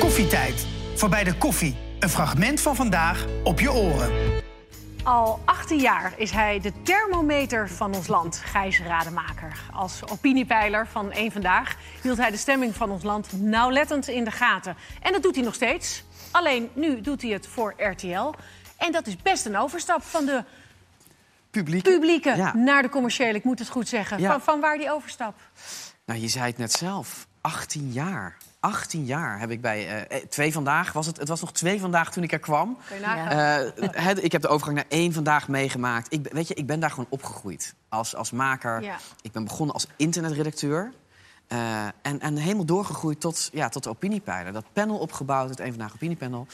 Koffietijd. Voorbij de koffie. Een fragment van vandaag op je oren. Al 18 jaar is hij de thermometer van ons land, Gijs Rademaker. Als opiniepeiler van Eén Vandaag hield hij de stemming van ons land nauwlettend in de gaten. En dat doet hij nog steeds. Alleen nu doet hij het voor RTL. En dat is best een overstap van de publiek. publieke Ja. naar de commerciële, ik moet het goed zeggen. Ja. Van, van waar die overstap? Nou, je zei het net zelf. 18 jaar. 18 jaar heb ik bij eh, eh, twee vandaag. Was het, het was nog twee vandaag toen ik er kwam. Kun je nagaan? Eh, het- ik heb de overgang naar één vandaag meegemaakt. Ik, ben- weet je, ik ben daar gewoon opgegroeid als, als maker. Ja. Ik ben begonnen als internetredacteur. eh, en, en helemaal doorgegroeid tot, ja, tot de opiniepeiler. Dat panel opgebouwd, het Eén Vandaag opiniepanel.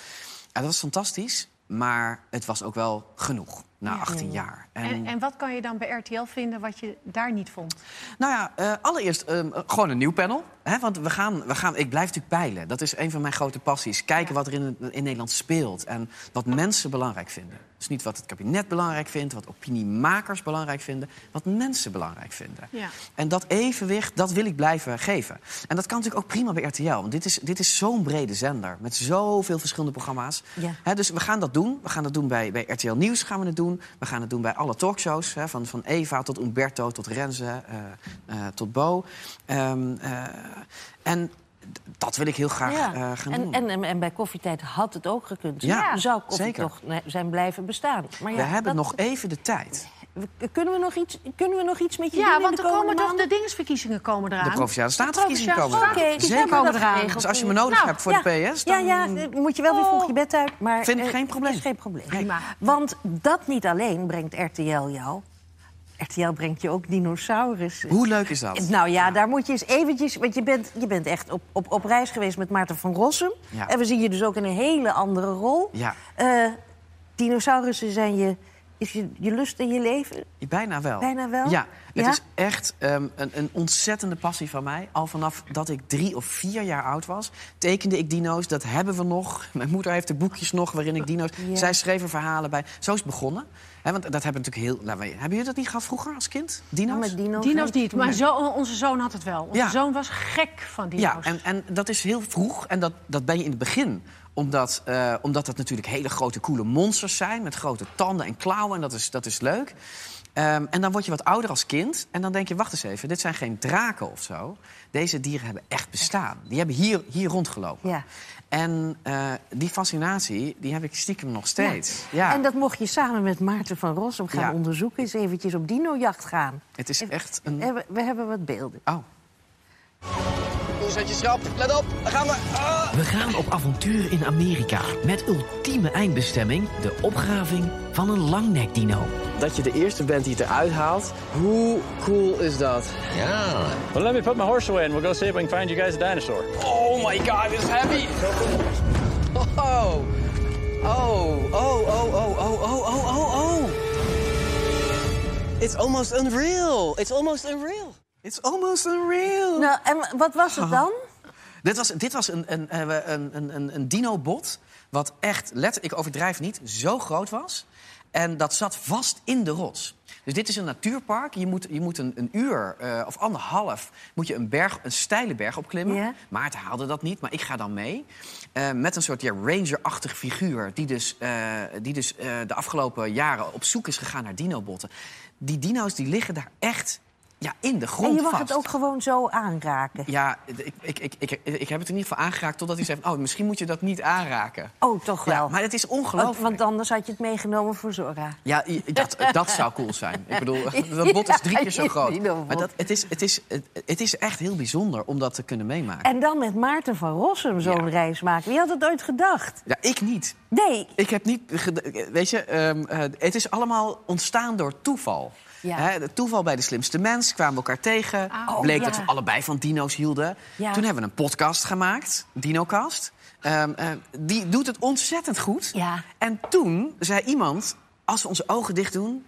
Ja, dat was fantastisch, maar het was ook wel genoeg na 18 jaar. En, en wat kan je dan bij RTL vinden wat je daar niet vond? Nou ja, eh, allereerst ehm, eh, gewoon een nieuw panel. Hè? Want we gaan, we gaan, ik blijf natuurlijk peilen. Dat is een van mijn grote passies. Kijken wat er in, in Nederland speelt en wat mensen belangrijk vinden. Dus niet wat het kabinet belangrijk vindt, wat opiniemakers belangrijk vinden, wat mensen belangrijk vinden. Ja. En dat evenwicht, dat wil ik blijven geven. En dat kan natuurlijk ook prima bij RTL. Want dit is, dit is zo'n brede zender met zoveel verschillende programma's. Ja. Hè, dus we gaan dat doen. We gaan dat doen bij, bij RTL Nieuws gaan we het doen. We gaan het doen bij alle talkshows. Hè, van, van Eva tot Umberto tot Renze eh, eh, tot Bo. Ehm, eh, en d- dat wil ik heel graag eh, gaan en, doen. en, en, en bij koffietijd had het ook gekund. Ja, Dan zou koffie zeker. toch nee, zijn blijven bestaan. Maar ja, we hebben dat- nog e- even de tijd. we- kunnen, we nog iets, kunnen we nog iets met je doen Ja, in want de er komen komende toch de dingenverkiezingen komen eraan. De Provinciale Statenverkiezingen Provinciale komen eraan. Oké, dus Zeker. hebben we dat Komen eraan. geregeld Dus als je me nu. nodig Nou, hebt voor de PS, dan... Ja, ja, eh, moet je wel weer vroeg je bed uit. Maar, Vind ik eh, geen probleem. Is geen probleem. Oh. Prima. Want dat niet alleen brengt RTL jou. RTL brengt je ook dinosaurussen. Hoe leuk is dat? Nou ja, daar moet je eens eventjes... Want je bent, je bent echt op, op, op reis geweest met Maarten van Rossum. Ja. En we zien je dus ook in een hele andere rol. Ja. Eh, dinosaurussen zijn je, is je, je lust in je leven. Nou, Bijna wel. Bijna wel? Ja, het Ja? is echt ehm, een, een ontzettende passie van mij. Al vanaf dat ik drie of vier jaar oud was, tekende ik dino's. Dat hebben we nog. Mijn moeder heeft de boekjes nog waarin ik dino's... Ja. Zij schreef er verhalen bij. Zo is het begonnen. Hè, want dat hebben we natuurlijk heel... laten we- hebben jullie dat niet gehad vroeger als kind? Dino's? Met dino's. Dino's niet, maar zo, onze zoon had het wel. Onze Ja. zoon was gek van dino's. Ja, en, en dat is heel vroeg. En dat, dat ben je in het begin. Omdat, eh, omdat dat natuurlijk hele grote, coole monsters zijn. Met grote tanden en klauwen. En dat is, dat is leuk. Ehm, en dan word je wat ouder als kind. En dan denk je, wacht eens even. Dit zijn geen draken of zo. Deze dieren hebben echt bestaan. Die hebben hier, hier rondgelopen. Ja. En eh, die fascinatie, die heb ik stiekem nog steeds. Ja. En dat mocht je samen met Maarten van Rossum gaan Ja. onderzoeken. Eens eventjes op dinojacht gaan. Het is echt een... Hebben- We hebben wat beelden. Oh. Koers uit je schrap. Let op, daar gaan we. Ah. We gaan op avontuur in Amerika met ultieme eindbestemming: de opgraving van een langnekdino. Dat je de eerste bent die het eruit haalt. Hoe cool is dat? Well, let me put my horse away and we'll go see if we can find you guys a dinosaur. Oh my god, this is heavy. Oh, oh, oh, oh, oh, oh, oh, oh, oh, oh. It's almost unreal. It's almost unreal. It's almost unreal. Oh. Nou, en wat was het dan? Dit was, dit was een, een, eh, we- een, een, een, een dinobot wat echt, let, ik overdrijf niet, zo groot was. En dat zat vast in de rots. Dus dit is een natuurpark. Je moet, je moet een, een uur eh, of anderhalf moet je een, berg, een steile berg opklimmen. Ja. Maarten haalde dat niet, maar ik ga dan mee. Eh, met een soort ja, ranger-achtig figuur... die dus, eh, die dus eh, de afgelopen jaren op zoek is gegaan naar dinobotten. Die dino's die liggen daar echt ja, in de grond En je mag vast. het ook gewoon zo aanraken. Ja, ik, ik, ik, ik, ik heb het in ieder geval aangeraakt totdat hij zei... van, oh, misschien moet je dat niet aanraken. Oh, toch wel. Ja, Oh, maar het is want, ongelooflijk. want anders had je het meegenomen voor Zora. Ja, i- dat, dat zou cool zijn. Ik bedoel, dat bot is drie keer zo Ja, groot. die domme Maar bot. dat, het, is, het, is, het, het is echt heel bijzonder om dat te kunnen meemaken. En dan met Maarten van Rossum zo'n Ja. reis maken. Wie had het ooit gedacht? Ja, ik niet. Nee, Ik heb niet. ged- Weet je, ehm, eh, het is allemaal ontstaan door toeval. Ja. Hè, het toeval bij de slimste mens kwamen we elkaar tegen. Oh, bleek ja. dat we allebei van dino's hielden. Ja. Toen hebben we een podcast gemaakt, Dinocast. Ehm, eh, die doet het ontzettend goed. Ja. En toen zei iemand: als we onze ogen dicht doen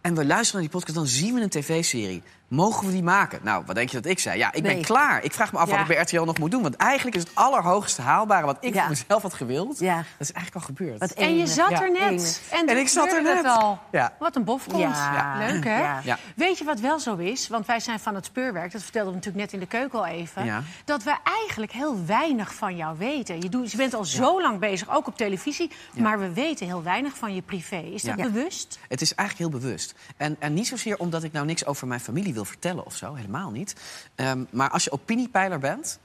en we luisteren naar die podcast, dan zien we een tv-serie. Mogen we die maken? Nou, wat denk je dat ik zei? Ja, ik ben Nee. klaar. Ik vraag me af Ja. wat ik bij RTL nog moet doen. Want eigenlijk is het allerhoogste haalbare wat ik Ja. voor mezelf had gewild. Ja. Dat is eigenlijk al gebeurd. Wat En je enig. zat Ja, er net. enig. En, En toen ik zat er gebeurde net. het al. Ja. Wat een bof komt. Ja. Leuk, hè? Ja. Ja. Weet je wat wel zo is? Want wij zijn van het speurwerk. Dat vertelden we natuurlijk net in de keuken al even. Ja. Dat we eigenlijk heel weinig van jou weten. Je, doet, je bent al zo lang bezig, ook op televisie. Maar we weten heel weinig van je privé. Is dat Ja. bewust? Het is eigenlijk heel bewust. En, en niet zozeer omdat ik nou niks over mijn familie wil vertellen of zo, helemaal niet. Ehm, maar als je opiniepeiler bent,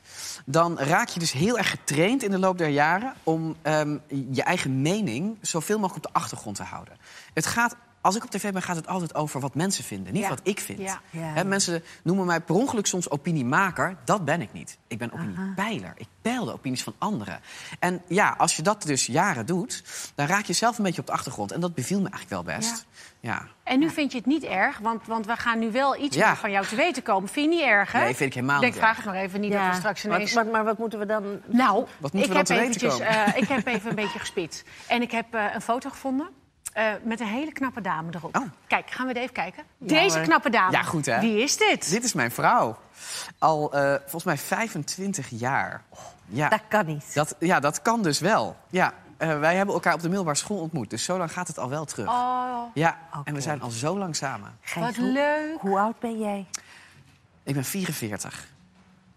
dan raak je dus heel erg getraind in de loop der jaren om ehm, je eigen mening zoveel mogelijk op de achtergrond te houden. Het gaat. Als ik op tv ben, gaat het altijd over wat mensen vinden, niet Ja. wat ik vind. Ja. Ja. Hè, mensen noemen mij per ongeluk soms opiniemaker. Dat ben ik niet. Ik ben opiniepeiler. Ik peil de opinies van anderen. En ja, als je dat dus jaren doet, dan raak je zelf een beetje op de achtergrond. En dat beviel me eigenlijk wel best. Ja. En nu vind je het niet erg, want, want we gaan nu wel iets Ja. meer van jou te weten komen. Vind je niet erg, hè? Nee, vind ik helemaal denk, niet vraag erg. het maar even niet Ja. dat we straks Wat- ineens... wat- maar wat moeten we dan... Nou, Wat ik, moeten we heb dan te weten eventjes, komen? eh, ik heb even een beetje gespit. En ik heb eh, een foto gevonden eh, met een hele knappe dame erop. Oh. Kijk, gaan we het even kijken? Deze hoor. knappe dame. Ja, goed, hè? Wie is dit? Dit is mijn vrouw. Al eh, volgens mij 25 jaar. Ja. Dat kan niet. Dat, ja, dat kan dus wel. Ja. eh, wij hebben elkaar op de middelbare school ontmoet. Dus zo lang gaat het al wel terug. Oh, Ja, en Oké. we zijn al zo lang samen. Gijs, wat hoe- leuk. Hoe oud ben jij? Ik ben 44.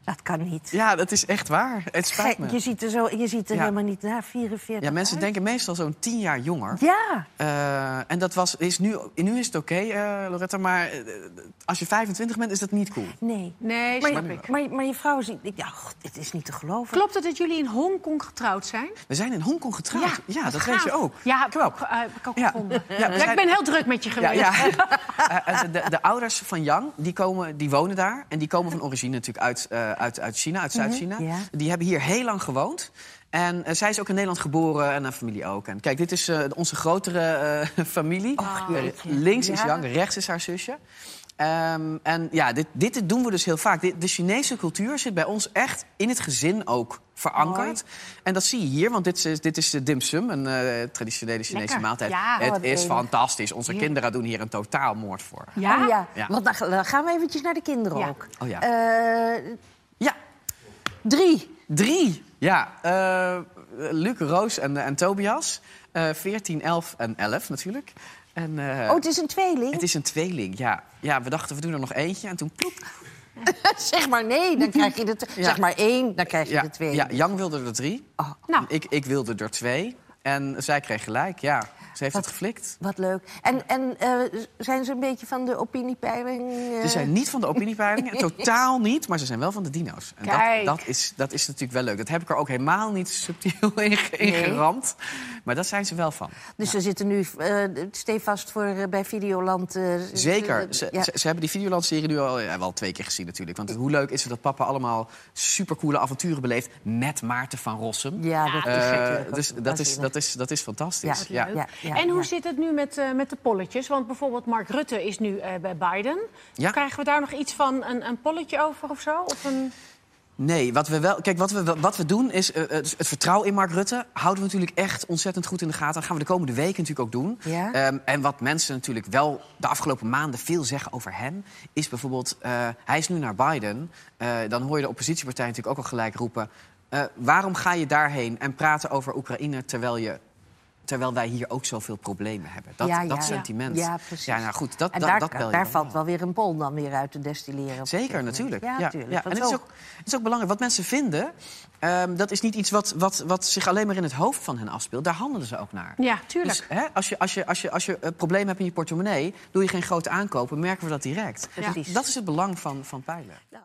Dat kan niet. Ja, dat is echt waar. Het spijt Gij- je me. ziet er, zo, je ziet er Ja. helemaal niet na, 44 Ja, mensen uit. denken meestal zo'n 10 jaar jonger. Ja, Eh, en dat was, is nu, nu is het oké, eh, Loretta, maar eh, als je 25 bent, is dat niet cool. nee. Nee, Maar, snap je- ik. maar, maar je vrouw is... niet- Ja, god, dit is niet te geloven. Klopt het dat jullie in Hongkong getrouwd zijn? We zijn in Hongkong getrouwd. Ja, wat dat gaaf. weet je ook. Ja, heb ik Knap. ook, eh, heb ik ook Ja. gevonden. Ja, we Ja, ik zijn- ben heel druk met je Ja, geweest. ja. Eh, eh, de, de ouders van Yang die komen, die wonen daar. En die komen van origine natuurlijk uit, eh, uit, uit China, uit Zuid-China. Mhm, Ja. Die hebben hier heel lang gewoond. En eh, zij is ook in Nederland geboren en haar familie ook. En kijk, dit is eh, onze grotere eh, familie. Eh, links is Ja. Yang, rechts is haar zusje. Ehm, en ja, dit, dit doen we dus heel vaak. Dit- de Chinese cultuur zit bij ons echt in het gezin ook verankerd. En dat zie je hier, want dit is, dit is de dim sum, een eh, traditionele Chinese Lekker. maaltijd. Ja, het oh, wat is enig. fantastisch. Onze kinderen doen hier een totaalmoord voor. Ja? Oh, ja. Ja. Want dan, ga- dan gaan we eventjes naar de kinderen Ja. ook. Oh, ja. Eh, Ja, drie. drie. Ja, eh, Luc, Roos en, en Tobias. Eh 14, 11 en 11 natuurlijk. En, eh, Oh, het is een tweeling? het is een tweeling, ja. Ja, we dachten we doen er nog eentje en toen ploep. zeg maar nee, dan krijg je de... tw- Ja. Zeg maar één, dan krijg je Ja, de twee. ja, Jan wilde er drie. Nou. Ik, ik wilde er twee. En zij kreeg gelijk, ja. Ze heeft Wat- het geflikt. Wat leuk. En, en eh, zijn ze een beetje van de opiniepeiling? eh? Ze zijn niet van de opiniepeilingen, totaal niet, maar ze zijn wel van de dino's. En Kijk. Dat, dat, is, dat is natuurlijk wel leuk. Dat heb ik er ook helemaal niet subtiel in, ge- in Nee. geramd. Maar dat zijn ze wel van. Dus ze zitten nu eh stevast voor, eh, bij Videoland. eh, ze- Zeker. ze- Ze, ja. ze, ze hebben die Videoland-serie nu al, ja, wel twee keer gezien natuurlijk. Want hoe leuk is het dat papa allemaal supercoole avonturen beleeft... met Maarten van Rossum. Ja, dat is Eh, natuurlijk ook dus dat is, waanzinnig. dat, is, dat is fantastisch. Ja, ja. Leuk. ja, en hoe ja. zit het nu met, eh, met de polletjes? Want bijvoorbeeld Mark Rutte is nu eh, bij Biden. Ja. Krijgen we daar nog iets van een, een polletje over of zo? Of een... Nee, wat we wel. Kijk, wat we, wat we doen is. eh, eh, het het vertrouwen in Mark Rutte houden we natuurlijk echt ontzettend goed in de gaten. Dat gaan we de komende weken natuurlijk ook doen. Ja. Ehm, en wat mensen natuurlijk wel de afgelopen maanden veel zeggen over hem. Is bijvoorbeeld. eh, hij is nu naar Biden. Eh, dan hoor je de oppositiepartij natuurlijk ook al gelijk roepen. eh, waarom ga je daarheen en praten over Oekraïne terwijl je. Terwijl wij hier ook zoveel problemen hebben. Dat, Ja, ja. dat sentiment. Ja, precies. Ja, nou goed, dat, en dat, daar, dat bel je daar dan valt wel weer een pol dan weer uit te destilleren. op een Zeker, gegeven natuurlijk. moment. Ja, Ja, natuurlijk. ja. En Want het is, zo- ook, het is ook belangrijk. Wat mensen vinden, ehm, dat is niet iets wat, wat, wat zich alleen maar in het hoofd van hen afspeelt. Daar handelen ze ook naar. Ja, tuurlijk. Dus, hè, als je, als je, als je, als je eh, een probleem hebt in je portemonnee, doe je geen grote aankopen, merken we dat direct. Precies. Dat is het belang van, van pijlen.